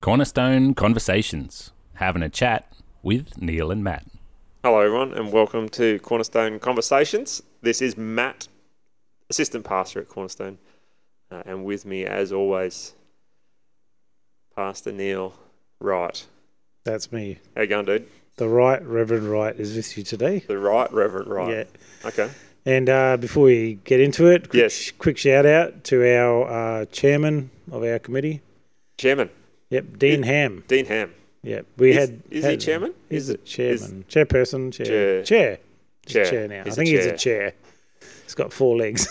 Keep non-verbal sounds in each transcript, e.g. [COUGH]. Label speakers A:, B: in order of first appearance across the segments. A: Cornerstone Conversations, having a chat with Neil and Matt.
B: Hello, everyone, and welcome to Cornerstone Conversations. This is Matt, assistant pastor at Cornerstone, uh, and with me, as always, Pastor Neil Wright.
C: That's me.
B: How you going, dude?
C: The right Reverend Wright is with you today.
B: The right Reverend Wright.
C: Yeah.
B: Okay.
C: And uh, before we get into it, quick,
B: Yes.
C: quick shout out to our uh, chairman of our committee.
B: Chairman
C: Yep, Dean Ham.
B: Dean Ham.
C: Yep, we
B: Is-
C: had.
B: is he
C: had,
B: chairman?
C: He's
B: Is
C: a
B: it-
C: chairman, chairperson, chair,
B: Chair.
C: chair, chair, He's a
B: Chair.
C: chair now.
B: He's
C: I
B: a
C: think he's
B: chair.
C: a chair. He's got four legs.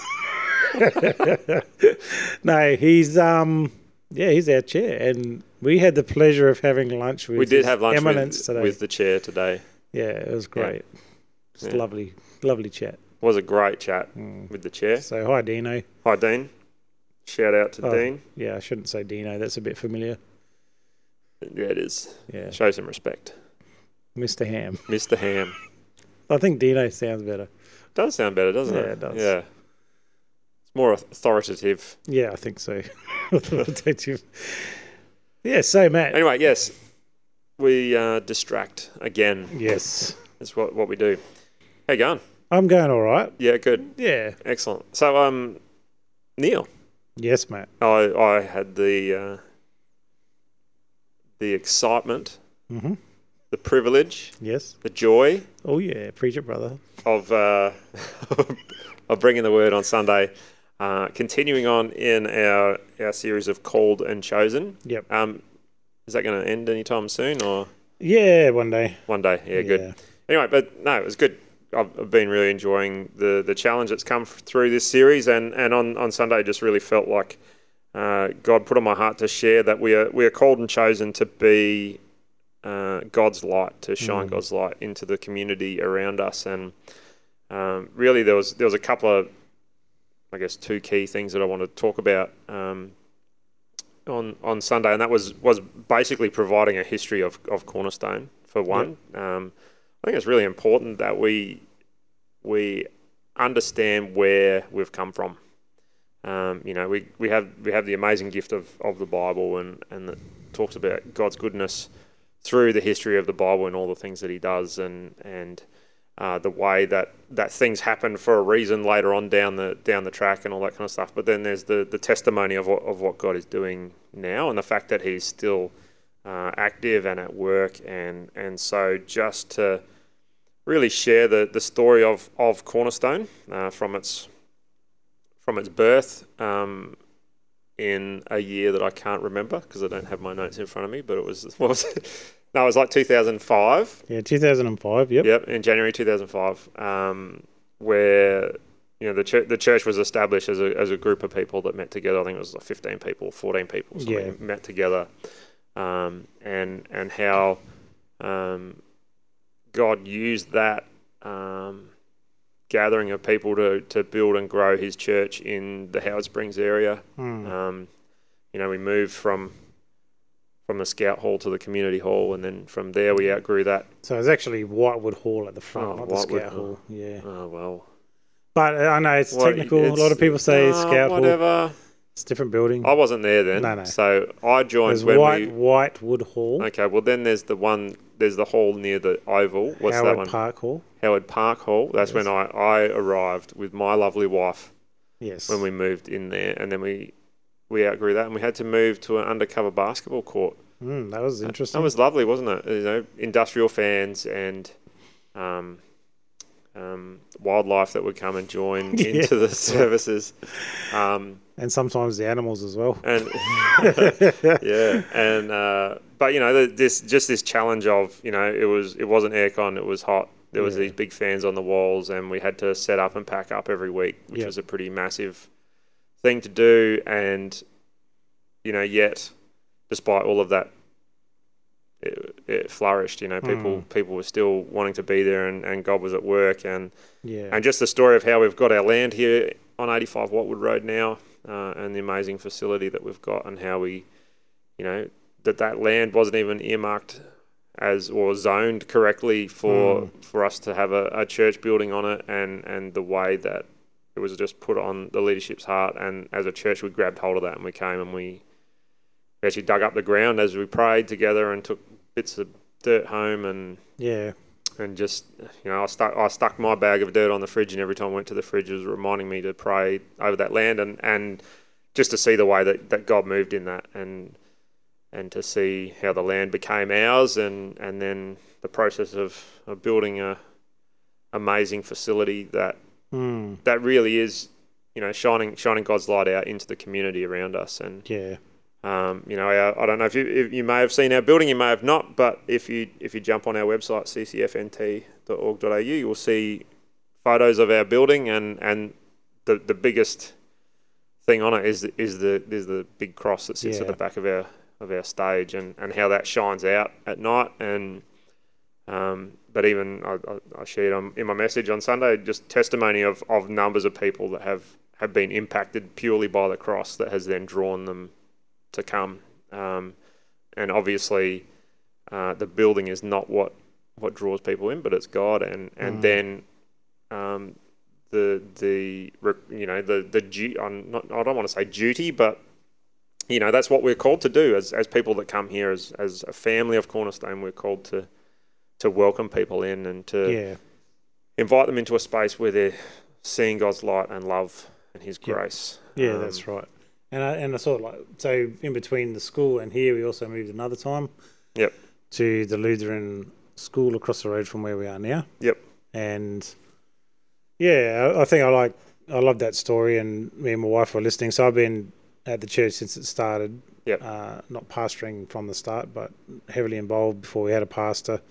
C: [LAUGHS] no, he's um, yeah, he's our chair, and we had the pleasure of having lunch with.
B: We did
C: His
B: have lunch
C: eminence
B: with,
C: today.
B: with the chair today.
C: yeah, it was great. It's
B: Yeah.
C: lovely, lovely chat.
B: was a great chat
C: Mm.
B: with the chair.
C: So hi, Dino.
B: Hi, Dean. Shout out to
C: Oh,
B: Dean.
C: Yeah, I shouldn't say Dino. That's a bit familiar.
B: Yeah, it is.
C: Yeah,
B: Show some respect,
C: Mr. Ham.
B: Mr. Ham.
C: I think Dino sounds better.
B: Does sound better, doesn't it?
C: Yeah, it does.
B: Yeah. It's more authoritative.
C: Yeah, I think so. [LAUGHS] Don't you? Yeah. So Matt.
B: Anyway, yes, we uh, distract again.
C: Yes,
B: That's what, what we do. How you going?
C: I'm going all right.
B: Yeah, good.
C: Yeah.
B: Excellent. So, um, Neil,
C: Yes, Matt.
B: I, I had the uh, the excitement,
C: Mm-hmm.
B: the privilege,
C: Yes.
B: the joy
C: Oh yeah, preach it, brother.
B: of uh, [LAUGHS] of bringing the word on Sunday. Uh, continuing on in our our series of called and chosen.
C: Yep.
B: Um, is that going to end anytime soon or
C: Yeah, one day.
B: one day? Yeah, good. Anyway, but no, it was good. I've, I've been really enjoying the the challenge that's come f- through this series, and and on on Sunday, it just really felt like uh, God put on my heart to share that we are we are called and chosen to be uh, God's light, to shine God's light into the community around us, and um, really there was there was a couple of I guess two key things that I want to talk about um, on on Sunday, and that was was basically providing a history of, of Cornerstone for one. Um, I think it's really important that we we understand where we've come from. Um, you know, we, we have we have the amazing gift of, of the Bible, and and it talks about God's goodness through the history of the Bible and all the things that He does, and and uh, the way that, that things happen for a reason later on down the down the track and all that kind of stuff. But then there's the, the testimony of what, of what God is doing now and the fact that He's still uh, active and at work. And and so just to really share the, the story of of Cornerstone uh, from its from its birth um, in a year that I can't remember because I don't have my notes in front of me. But it was [LAUGHS] what was it? No, it was like 2005.
C: Yeah, 2005. Yep.
B: Yep, in January 2005, um, where you know the church, the church was established as a, as a group of people that met together. I think it was like 15 people, 14 people, or something,
C: Yeah.
B: met together, um, and and how um, God used that um, gathering of people to to build and grow His church in the Howard Springs area.
C: Mm.
B: Um, you know, we moved from from the scout hall to the community hall, and then from there we outgrew that.
C: So it's actually Whitewood Hall at the front,
B: Oh,
C: not the
B: Whitewood
C: Scout
B: Hall.
C: Hall. Yeah.
B: Oh well.
C: But uh, I know it's
B: Well,
C: technical. a lot of people say
B: nah,
C: Scout Hall.
B: Whatever.
C: It's a different building.
B: I wasn't there then.
C: No, no.
B: So I joined
C: There's
B: when
C: White
B: we.
C: Whitewood Hall,
B: Okay, well then there's the one. There's the hall near the Oval. What's that
C: Howard
B: one?
C: Park Hall.
B: Howard Park Hall. That's when I, I arrived with my lovely wife
C: Yes.
B: when we moved in there, and then we we outgrew that, and we had to move to an undercover basketball court.
C: Mm, that was interesting.
B: Uh, That was lovely, wasn't it? You know, industrial fans and um, um, wildlife that would come and join
C: [LAUGHS] Yeah.
B: into the services. Um,
C: and sometimes the animals as
B: [LAUGHS]
C: well. [LAUGHS]
B: and [LAUGHS] yeah, and uh, but you know, the, this just this challenge of you know, it was it wasn't aircon, it was hot. There was
C: Yeah.
B: these big fans on the walls, and we had to set up and pack up every week, which
C: Yeah.
B: was a pretty massive thing to do. And you know, yet despite all of that, it, it flourished. You know, people
C: Mm.
B: people were still wanting to be there, and, and God was at work, and
C: Yeah.
B: and just the story of how we've got our land here on 85 Watwood Road now, uh, and the amazing facility that we've got, and how we, you know, that that land wasn't even earmarked as or zoned correctly for for us to have a, a church building on it, and and the way that it was just put on the leadership's heart, and as a church we grabbed hold of that and we came and we we actually dug up the ground as we prayed together and took bits of dirt home and
C: Yeah.
B: and just you know I stuck I stuck my bag of dirt on the fridge and every time I went to the fridge it was reminding me to pray over that land and and just to see the way that, that God moved in that and and to see how the land became ours and and then the process of, of building a amazing facility that
C: Mm.
B: that really is you know shining shining God's light out into the community around us and
C: Yeah.
B: um, you know, our, I don't know if you, if you may have seen our building, you may have not, but if you if you jump on our website ccfnt.org.au, you will see photos of our building, and and the the biggest thing on it is is the is the big cross that sits at
C: Yeah.
B: the back of our of our stage, and and how that shines out at night, and um, but even I, I, I shared on, in my message on Sunday just testimony of, of numbers of people that have, have been impacted purely by the cross that has then drawn them to come. Um, and obviously, uh, the building is not what, what draws people in, but it's God. And,
C: Mm.
B: and then um, the the re- you know the the du- I'm not, I don't want to say duty, but you know that's what we're called to do as, as people that come here as as a family of Cornerstone. We're called to to welcome people in and to
C: Yeah.
B: invite them into a space where they're seeing God's light and love and His
C: Yeah.
B: grace.
C: Yeah,
B: Um,
C: that's right. And I and I sort of like so in between the school and here, we also moved another time.
B: Yep.
C: To the Lutheran school across the road from where we are now,
B: Yep.
C: and yeah, I, I think I like I love that story, and me and my wife were listening. So I've been at the church since it started.
B: Yep.
C: Uh, not pastoring from the start, but heavily involved before we had a pastor.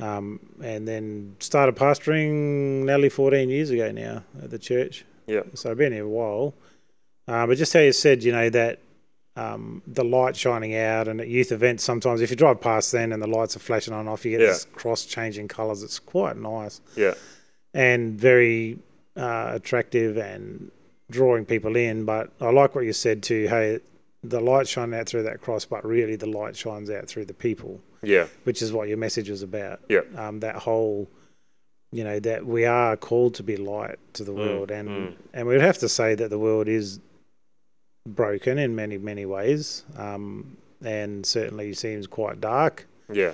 C: Um, and then started pastoring nearly 14 years ago now at the church
B: Yep.
C: so I've been here a while. Uh, but just how you said, you know, that um, the light shining out and at youth events, sometimes if you drive past then and the lights are flashing on and off, you get
B: Yeah.
C: this cross changing colours. It's quite nice
B: Yeah.
C: and very uh, attractive and drawing people in. But I like what you said too. Hey, the light shining out through that cross, but really the light shines out through the people
B: Yeah.
C: which is what your message was about.
B: Yeah.
C: Um, that whole, you know, that we are called to be light to
B: Mm,
C: the world, and and we'd have to say that the world is broken in many many ways, um, and certainly seems quite dark.
B: Yeah.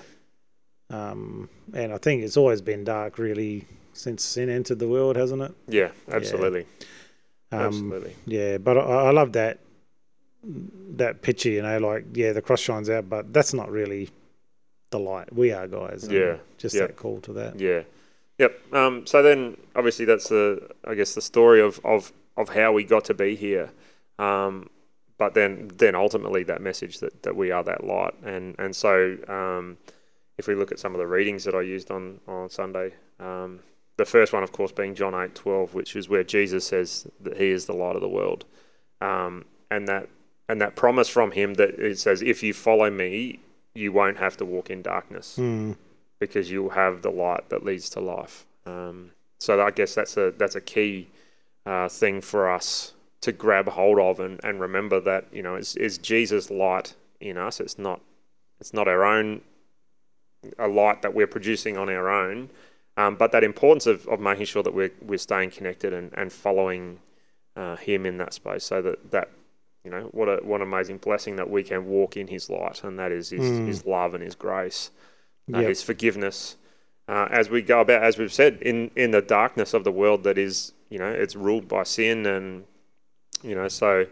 C: Um, and I think it's always been dark, really, since sin entered the world, hasn't it?
B: Yeah. Absolutely.
C: Um,
B: Absolutely.
C: Yeah, but I, I love that that picture. You know, like yeah, the cross shines out, but that's not really the light. We are guys. and
B: Yeah,
C: just
B: yeah.
C: that call to that.
B: Yeah. Yep. Um, so then, obviously, that's the I guess the story of of of how we got to be here. Um, but then, then ultimately, that message that, that we are that light, and and so um, if we look at some of the readings that I used on on Sunday, um, the first one, of course, being John eight twelve, which is where Jesus says that He is the light of the world, um, and that and that promise from Him that it says, "If you follow Me, you won't have to walk in darkness." because you'll have the light that leads to life. Um, so I guess that's a that's a key uh, thing for us to grab hold of and, and remember that you know it's, it's Jesus' light in us. It's not it's not our own a light that we're producing on our own, um, but that importance of, of making sure that we're we're staying connected and and following uh, Him in that space, so that that. You know what a what an amazing blessing that we can walk in His light, and that is His, his love and His grace uh,
C: Yep.
B: his forgiveness uh, as we go about as we've said in in the darkness of the world that is you know it's ruled by sin and you know so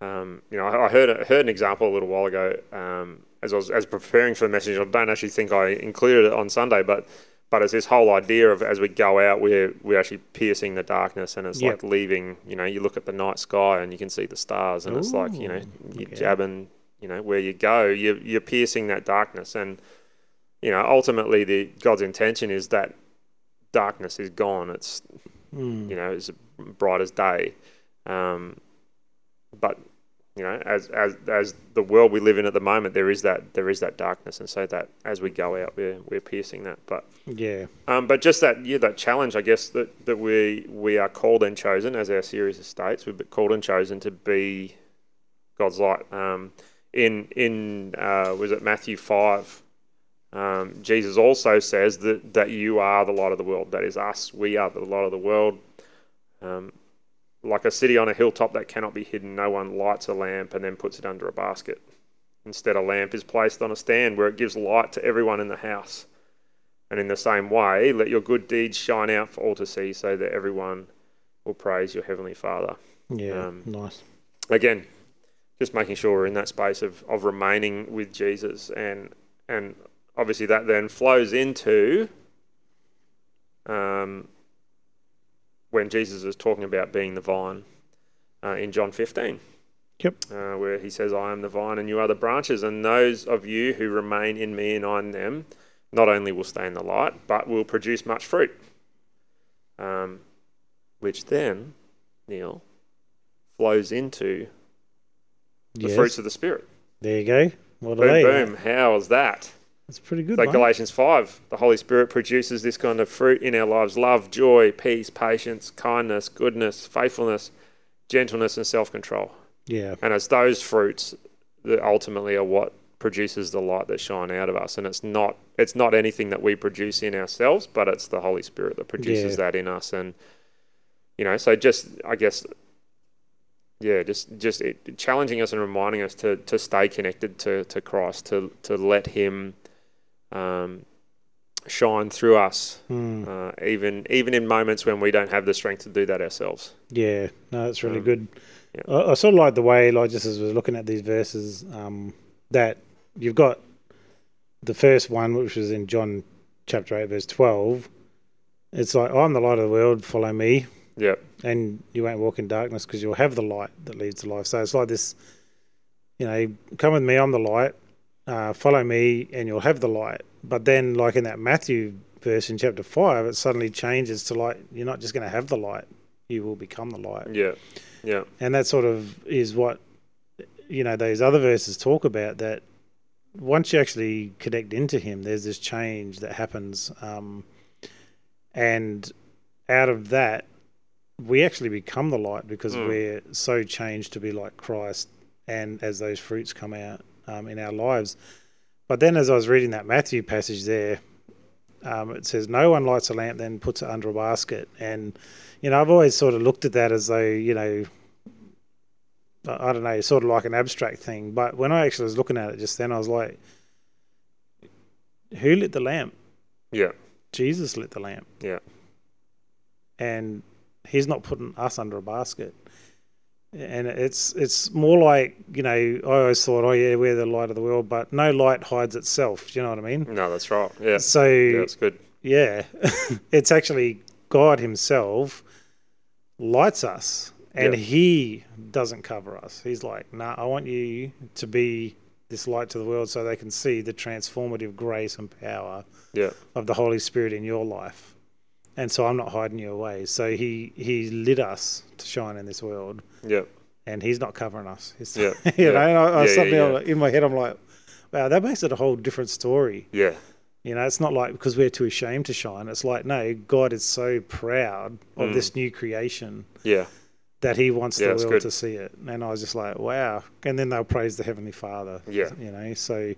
B: um, you know I, I heard I heard an example a little while ago um, as I was as preparing for the message I don't actually think I included it on Sunday but but it's this whole idea of as we go out we're we're actually piercing the darkness and it's
C: Yep.
B: like leaving you know you look at the night sky and you can see the stars and it's like you know you're jabbing you know where you go you're, you're piercing that darkness and you know, ultimately, the God's intention is that darkness is gone. It's
C: Mm,
B: you know, it's bright as day. Um, but you know, as as as the world we live in at the moment, there is that there is that darkness, and so that as we go out, we're we're piercing that. But
C: Yeah.
B: um, but just that yeah, that challenge, I guess that, that we we are called and chosen as our series of states. We've been called and chosen to be God's light. Um, in in uh, was it Matthew five? Um, Jesus also says that that you are the light of the world. That is us. We are the light of the world. Um, like a city on a hilltop that cannot be hidden. No one lights a lamp and then puts it under a basket. Instead, a lamp is placed on a stand where it gives light to everyone in the house. And in the same way, let your good deeds shine out for all to see, so that everyone will praise your heavenly Father.
C: Yeah.
B: Um,
C: nice.
B: Again, just making sure we're in that space of, of remaining with Jesus, and and obviously that then flows into um, when Jesus is talking about being the vine uh, in John 15
C: Yep.
B: uh, where he says, I am the vine and you are the branches, and those of you who remain in me and I in them not only will stay in the light, but will produce much fruit. Um, which then, Neil, flows into the
C: Yes.
B: fruits of the Spirit.
C: There you go. What
B: Boom,
C: are they?
B: boom. How is that?
C: It's pretty good.
B: It's like
C: mate.
B: Galatians 5. The Holy Spirit produces this kind of fruit in our lives love, joy, peace, patience, kindness, goodness, faithfulness, gentleness, and self control.
C: yeah.
B: And it's those fruits that ultimately are what produces the light that shine out of us. And it's not it's not anything that we produce in ourselves, but it's the Holy Spirit that produces
C: Yeah.
B: that in us. And you know, so just I guess yeah, just just it, challenging us and reminding us to to stay connected to to Christ, to to let Him um, shine through us,
C: Mm,
B: uh, even even in moments when we don't have the strength to do that ourselves.
C: yeah. No, that's really
B: Um,
C: good.
B: yeah.
C: I, I sort of like the way, like just as we're looking at these verses, um, that you've got the first one, which was in John chapter eight, verse twelve. It's like I'm the light of the world. Follow me.
B: Yeah,
C: and you won't walk in darkness because you'll have the light that leads to life. So it's like this, you know, come with me, I'm the light. Uh, follow me, and you'll have the light. But then, like in that Matthew verse in chapter five, it suddenly changes to like you're not just going to have the light; you will become the light.
B: yeah, yeah,
C: And that sort of is what you know those other verses talk about. That once you actually connect into Him, there's this change that happens, um, and out of that, we actually become the light because
B: Mm.
C: we're so changed to be like Christ. And as those fruits come out um, in our lives, but then as I was reading that Matthew passage there, um, it says, "No one lights a lamp, then puts it under a basket." And you know, I've always sort of looked at that as though you know, I I don't know, sort of like an abstract thing. But when I actually was looking at it just then, I was like, "Who lit the lamp?
B: yeah,
C: Jesus lit the lamp,
B: yeah.
C: and He's not putting us under a basket." And it's it's more like you know, I always thought, "Oh yeah, we're the light of the world," but no light hides itself. Do you know what I mean?
B: No, that's right. Yeah.
C: So
B: Yeah, that's good.
C: Yeah. [LAUGHS] it's actually God Himself lights us and
B: Yeah.
C: He doesn't cover us. He's like, nah, I want you to be this light to the world so they can see the transformative grace and power
B: Yeah,
C: of the Holy Spirit in your life. And so I'm not hiding you away. So He He lit us to shine in this world
B: yeah,
C: and He's not covering us. He's,
B: Yeah,
C: [LAUGHS] you
B: yeah.
C: know, and I, I
B: Yeah, yeah,
C: suddenly
B: yeah.
C: in my head I'm like, wow, that makes it a whole different story.
B: yeah,
C: You know, it's not like because we're too ashamed to shine. It's like, no, God is so proud of
B: Mm.
C: this new creation
B: yeah,
C: that he wants
B: Yeah,
C: the
B: it's
C: world
B: good.
C: to see it. And I was just like, wow. And then they'll praise the Heavenly Father.
B: Yeah.
C: You know, so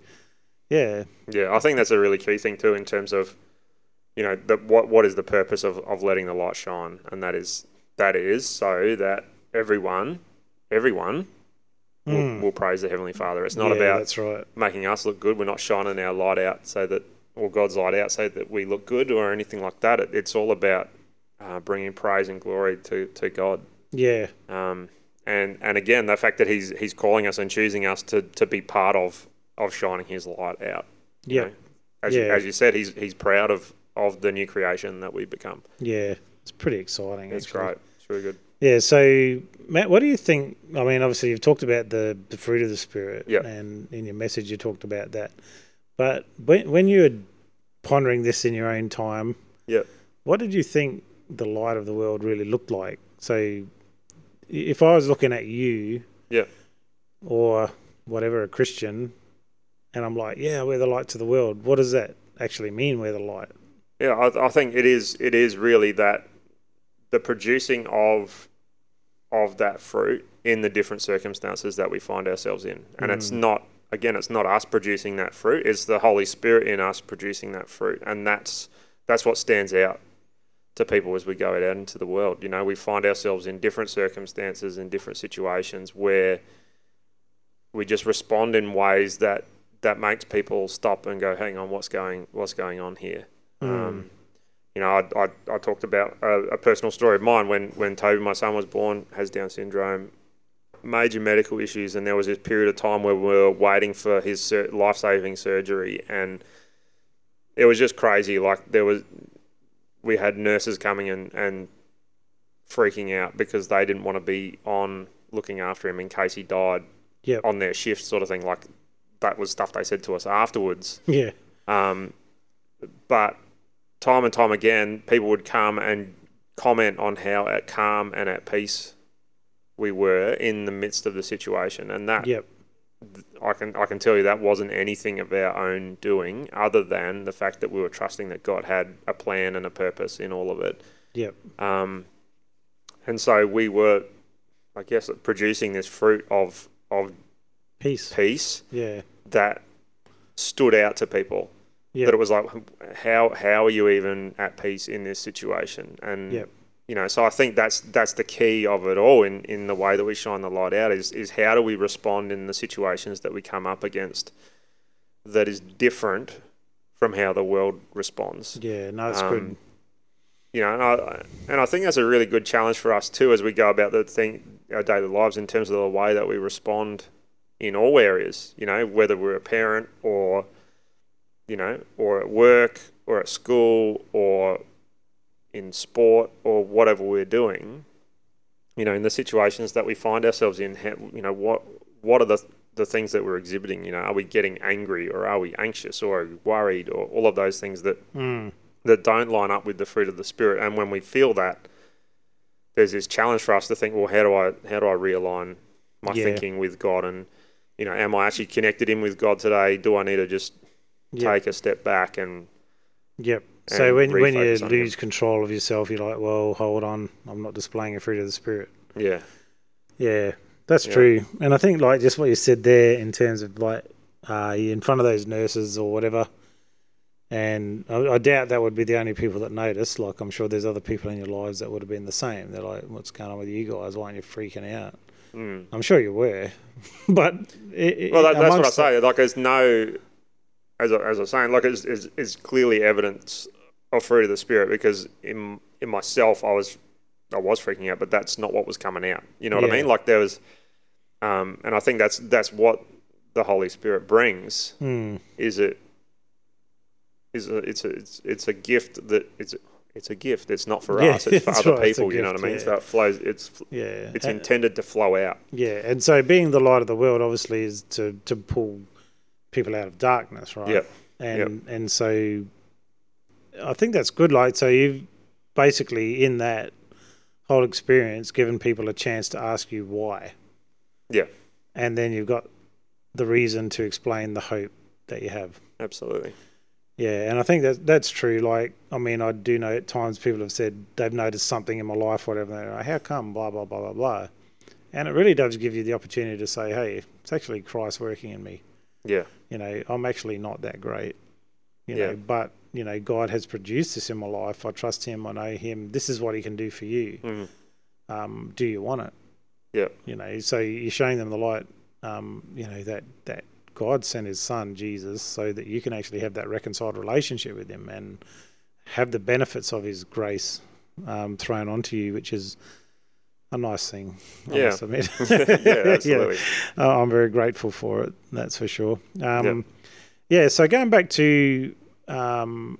C: yeah.
B: yeah. I think that's a really key thing too, in terms of, you know, the, what what is the purpose of, of letting the light shine, and that is that is so that everyone, everyone, will,
C: Mm.
B: will praise the heavenly Father. It's not
C: Yeah,
B: about
C: That's right.
B: making us look good. We're not shining our light out so that, or God's light out so that we look good or anything like that. It, it's all about uh, bringing praise and glory to to God.
C: Yeah.
B: Um, and and again, the fact that he's he's calling us and choosing us to, to be part of of shining his light out. you
C: Yeah.
B: know. as you,
C: Yeah.
B: as you said, he's he's proud of of the new creation that we become.
C: Yeah. It's pretty exciting.
B: It's
C: actually.
B: great. It's really good.
C: Yeah. So, Matt, what do you think? I mean, obviously, you've talked about the, the fruit of the Spirit.
B: Yeah.
C: And in your message, you talked about that. But when, when you were pondering this in your own time,
B: Yeah.
C: what did you think the light of the world really looked like? So, i- if I was looking at you,
B: Yeah.
C: or whatever a Christian, and I'm like, yeah, we're the light to the world. What does that actually mean? We're the light.
B: Yeah, I, I think it is. It is really that the producing of of that fruit in the different circumstances that we find ourselves in, and it's
C: Mm.
B: not again, it's not us producing that fruit. It's the Holy Spirit in us producing that fruit, and that's that's what stands out. to people as we go out into the world. You know, we find ourselves in different circumstances and different situations where we just respond in ways that that makes people stop and go, "Hang on, what's going what's going on here?" Um, you know, I, I, I talked about a, a personal story of mine when when Toby, my son, was born, has Down syndrome, major medical issues, and there was this period of time where we were waiting for his sur- life saving surgery, and it was just crazy. Like there was, we had nurses coming and and freaking out because they didn't want to be on looking after him in case he died
C: Yep.
B: on their shift, sort of thing. Like that was stuff they said to us afterwards.
C: Yeah.
B: Um, but time and time again, people would come and comment on how at calm and at peace we were in the midst of the situation, and that
C: Yep.
B: I can I can tell you that wasn't anything of our own doing, other than the fact that we were trusting that God had a plan and a purpose in all of it.
C: Yep.
B: Um, and so we were, I guess, producing this fruit of of
C: Peace.
B: peace
C: Yeah.
B: that stood out to people.
C: Yeah.
B: That it was like, how how are you even at peace in this situation? And
C: Yep.
B: you know, so I think that's that's the key of it all in, in the way that we shine the light out is is how do we respond in the situations that we come up against that is different from how the world responds
C: Yeah. No, it's
B: Um,
C: good.
B: you know, and I, and I think that's a really good challenge for us too as we go about the thing our daily lives in terms of the way that we respond in all areas. You know, whether we're a parent or you know, or at work or at school or in sport or whatever we're doing. You know, in the situations that we find ourselves in, how- you know, what what are the the things that we're exhibiting? You know, are we getting angry or are we anxious or are we worried or all of those things that
C: Mm.
B: that don't line up with the fruit of the spirit. And when we feel that, there's this challenge for us to think, well, how do I how do I realign my
C: Yeah.
B: thinking with God? And you know, am I actually connected in with God today? Do I need to just
C: Yeah.
B: take a step back and
C: Yep. So
B: and
C: when when you
B: refocus on him.
C: lose control of yourself, you're like, well, hold on, I'm not displaying a fruit of the spirit.
B: yeah,
C: Yeah, that's
B: Yeah.
C: true. And I think like just what you said there in terms of like uh, you're in front of those nurses or whatever. And I, I doubt that would be the only people that notice. Like I'm sure there's other people in your lives that would have been the same. They're like, "What's going on with you guys? Why aren't you freaking out?"
B: Mm.
C: I'm sure you were, [LAUGHS] but it, it-
B: well, that, that's what I
C: amongst
B: say. Like, there's no as I, as I'm saying, like, it's, it's, it's clearly evidence of fruit of the spirit because in in myself, I was I was freaking out, but that's not what was coming out. You know what
C: Yeah.
B: I mean? Like there was, um, and I think that's that's what the Holy Spirit brings.
C: the- Mm,
B: Is it? Is a, it's a it's, it's a gift that it's it's a gift. It's not for
C: Yeah,
B: us.
C: [LAUGHS]
B: It's for
C: that's
B: other
C: right, it's a
B: people. you know
C: gift,
B: what I mean?
C: yeah. Uh,
B: So it flows. It's
C: yeah,
B: it's
C: A-
B: intended to flow out.
C: yeah. And so being the light of the world obviously is to to pull people out of darkness, right?
B: Yeah.
C: and and so I think that's good. Like so, you've basically in that whole experience given people a chance to ask you why,
B: Yeah.
C: and then you've got the reason to explain the hope that you have.
B: Absolutely.
C: Yeah, and I think that that's true. Like, I mean, I do know at times people have said they've noticed something in my life, whatever. And they're like, how come? Blah blah blah blah blah. And it really does give you the opportunity to say, hey, it's actually Christ working in me
B: Yeah.
C: you know, I'm actually not that great, you
B: Yeah.
C: know, but, you know, God has produced this in my life. I trust Him. I know Him. This is what He can do for you.
B: Mm.
C: Um, do you want it?
B: Yeah.
C: You know, so you're showing them the light, um, you know, that, that God sent His Son, Jesus, so that you can actually have that reconciled relationship with Him and have the benefits of His grace um, thrown onto you, which is a nice thing. I
B: Yeah.
C: must admit.
B: [LAUGHS]
C: [LAUGHS]
B: yeah. Absolutely.
C: Uh, I'm very grateful for it. That's for sure. Um, Yeah. So going back to, um,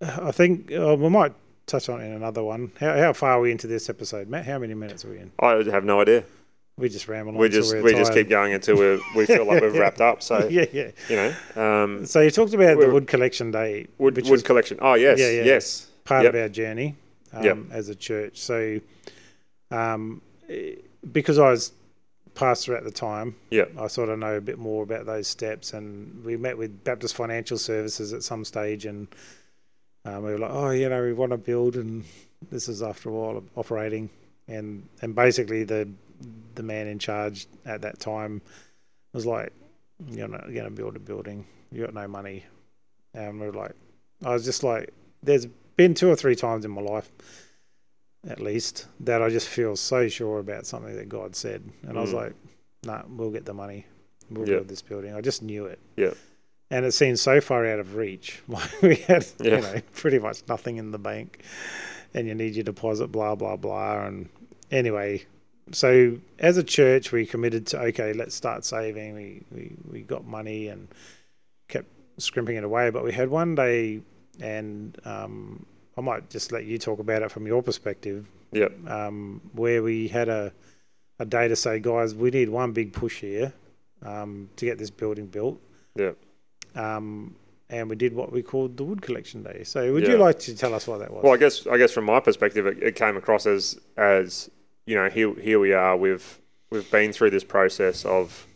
C: I think uh, we might touch on it in another one. How, how far are we into this episode, Matt? How many minutes are we in?
B: I have no idea.
C: We just ramble. on
B: we
C: till
B: just
C: we're
B: we just
C: tired.
B: keep going until we we feel
C: [LAUGHS]
B: like we've wrapped up. So
C: Yeah, yeah.
B: you know, um,
C: So you talked about the
B: We're-
C: wood collection day,
B: wood
C: which
B: wood
C: is
B: collection. Oh yes,
C: Yeah, yeah.
B: yes,
C: part
B: Yep.
C: of our journey um,
B: Yep.
C: as a church. So, um, eh, because I was pastor at the time,
B: yeah,
C: I sort of know a bit more about those steps. And we met with Baptist Financial Services at some stage, and um, we were like, "Oh, you know, we want to build." And this is after a while of operating, and and basically the the man in charge at that time was like, "You're not going to build a building. You got no money." And we were like, "I was just like, there's been two or three times in my life, at least, that I just feel so sure about something that God said, and I was
B: Mm.
C: like, "Nah, we'll get the money, we'll
B: Yeah.
C: build this building." I just knew it.
B: Yeah.
C: And it seemed so far out of reach. [LAUGHS] Like we had,
B: Yeah.
C: you know, pretty much nothing in the bank, and you need your deposit, blah blah blah. And anyway, so as a church, we committed to okay, let's start saving. We we, we got money and kept scrimping it away. But we had one day, and um, I might just let you talk about it from your perspective,
B: Yeah.
C: um, where we had a a day to say, guys, we need one big push here um, to get this building built.
B: Yeah.
C: Um, and we did what we called the wood collection day. So would you
B: Yeah.
C: like to tell us what that was?
B: Well, I guess I guess from my perspective, it, it came across as as you know here here we are. We've we've been through this process of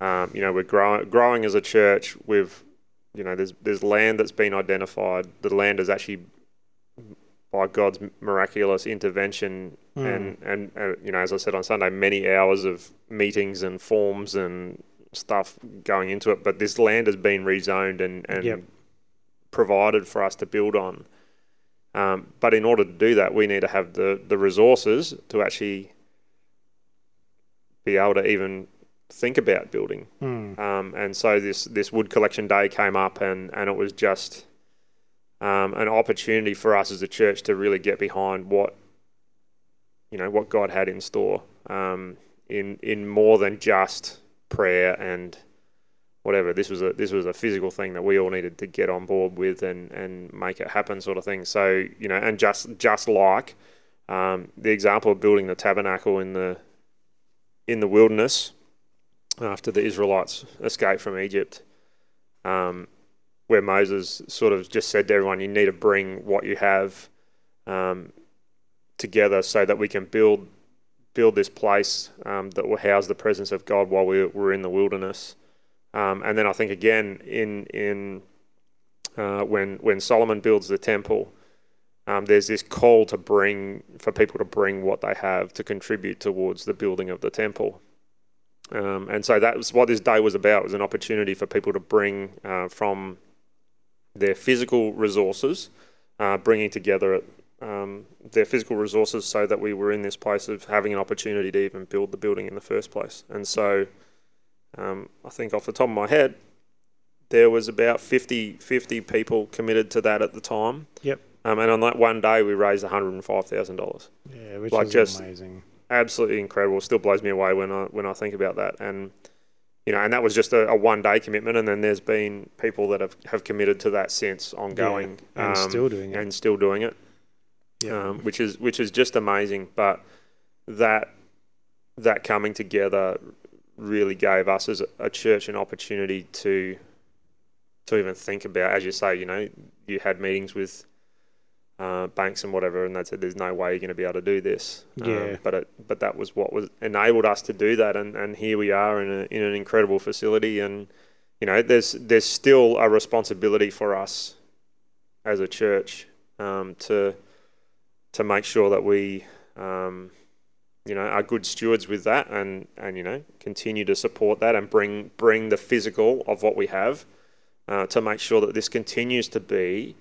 B: um, you know we're growing growing as a church. We've you know there's there's land that's been identified. The land is actually by God's miraculous intervention and, and and you know as I said on Sunday, many hours of meetings and forms and stuff going into it. But this land has been rezoned and and
C: Yep.
B: provided for us to build on. Um, but in order to do that, we need to have the, the resources to actually be able to even think about building.
C: Mm,
B: Um, and so this, this wood collection day came up, and, and it was just um, an opportunity for us as a church to really get behind what you know what God had in store um, in in more than just prayer and whatever. This was a this was a physical thing that we all needed to get on board with and and make it happen, sort of thing. So you know, and just just like um, the example of building the tabernacle in the in the wilderness after the Israelites escaped from Egypt, um, where Moses sort of just said to everyone, "You need to bring what you have um, together so that we can build." Build this place um, that will house the presence of God while we we're in the wilderness, um, and then I think again in in uh, when when Solomon builds the temple, um, there's this call to bring for people to bring what they have to contribute towards the building of the temple. Um, and so that was what this day was about. It was an opportunity for people to bring uh, from their physical resources, uh, bringing together um, their physical resources, so that we were in this place of having an opportunity to even build the building in the first place. And so um, I think off the top of my head, there was about 50, 50 people committed to that at the time.
C: Yep.
B: Um, and on that one day, we raised $105,000.
C: yeah, which
B: like
C: was
B: just-
C: amazing.
B: Absolutely incredible. Still blows me away when I when I think about that. And you know, and that was just a, a one day commitment. And then there's been people that have, have committed to that since ongoing
C: Yeah, and
B: um,
C: still doing it.
B: and still doing it
C: Yeah.
B: um, which is which is just amazing. But that that coming together really gave us as a church an opportunity to to even think about, as you say, you know, you had meetings with uh, banks and whatever, and they said there's no way you're going to be able to do this. Um,
C: Yeah.
B: but it, but that was what was enabled us to do that, and, and here we are in a, in an incredible facility, and you know, there's there's still a responsibility for us as a church um, to to make sure that we um, you know are good stewards with that and and you know continue to support that and bring bring the physical of what we have uh, to make sure that this continues to be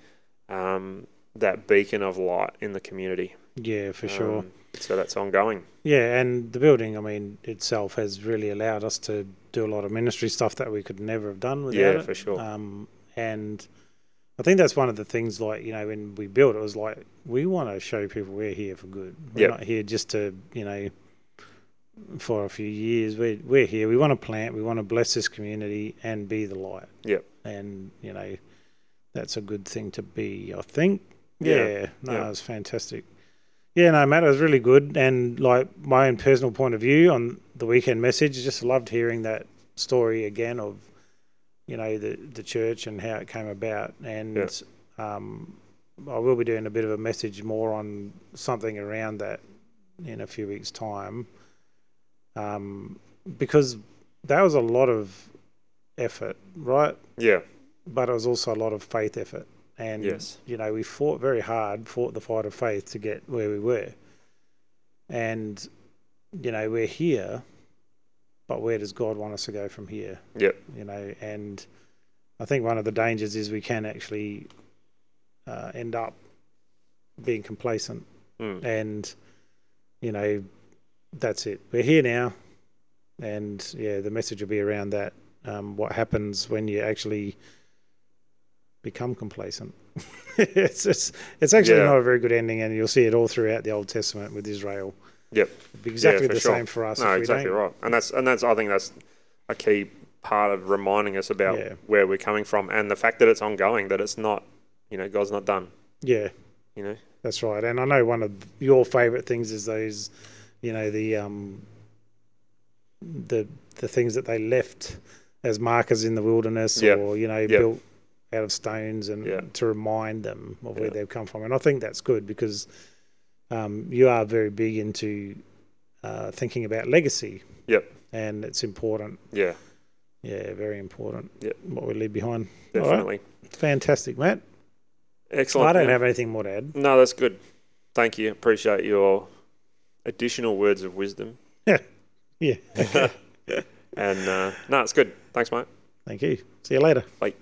B: um, that beacon of light in the community
C: yeah, for sure.
B: Um, so that's ongoing
C: Yeah, and the building, I mean, itself has really allowed us to do a lot of ministry stuff that we could never have done without
B: yeah
C: it.
B: for sure
C: Um, and I think that's one of the things, like, you know, when we built, it was like, we want to show people we're here for good. We're
B: Yep.
C: not here just to, you know, for a few years. We're, we're here. We want to plant. We want to bless this community and be the light.
B: Yep.
C: And, you know, that's a good thing to be, I think.
B: Yeah.
C: Yeah. No,
B: Yeah.
C: it was fantastic. Yeah, no, Matt, it was really good. And, like, my own personal point of view on the weekend message, just loved hearing that story again of you know the the church and how it came about and
B: Yeah.
C: um I will be doing a bit of a message more on something around that in a few weeks time um because that was a lot of effort right
B: yeah
C: but it was also a lot of faith effort and
B: Yes.
C: you know we fought very hard fought the fight of faith to get where we were and you know we're here but where does God want us to go from here
B: yep
C: you know and i think one of the dangers is we can actually uh, end up being complacent.
B: Mm.
C: And, you know, that's it. We're here now. And yeah, the message will be around that. Um, what happens when you actually become complacent? [LAUGHS] it's, it's it's actually
B: Yeah.
C: not a very good ending, and you'll see it all throughout the Old Testament with Israel.
B: Yep.
C: It'd be exactly
B: Yeah, for
C: the
B: sure.
C: same for us.
B: No,
C: if we
B: exactly
C: don't.
B: right. And that's and that's I think that's a key part of reminding us about
C: Yeah.
B: where we're coming from and the fact that it's ongoing, that it's not, you know, God's not done.
C: Yeah,
B: You know.
C: that's right. And I know one of your favorite things is those, you know, the um, the the things that they left as markers in the wilderness,
B: Yeah.
C: or you know,
B: Yeah.
C: built out of stones, and
B: Yeah.
C: to remind them of where
B: Yeah.
C: they've come from. And I think that's good because um, you are very big into uh, thinking about legacy,
B: Yep.
C: and it's important.
B: Yeah.
C: Yeah, very important.
B: Yep.
C: What we leave behind. All right.
B: Definitely.
C: Fantastic, Matt.
B: Excellent.
C: I don't
B: man.
C: have anything more to add.
B: No, that's good. Thank you. Appreciate your additional words of wisdom.
C: [LAUGHS] Yeah.
B: And uh, no, it's good. Thanks, mate.
C: Thank you. See you later.
B: Bye.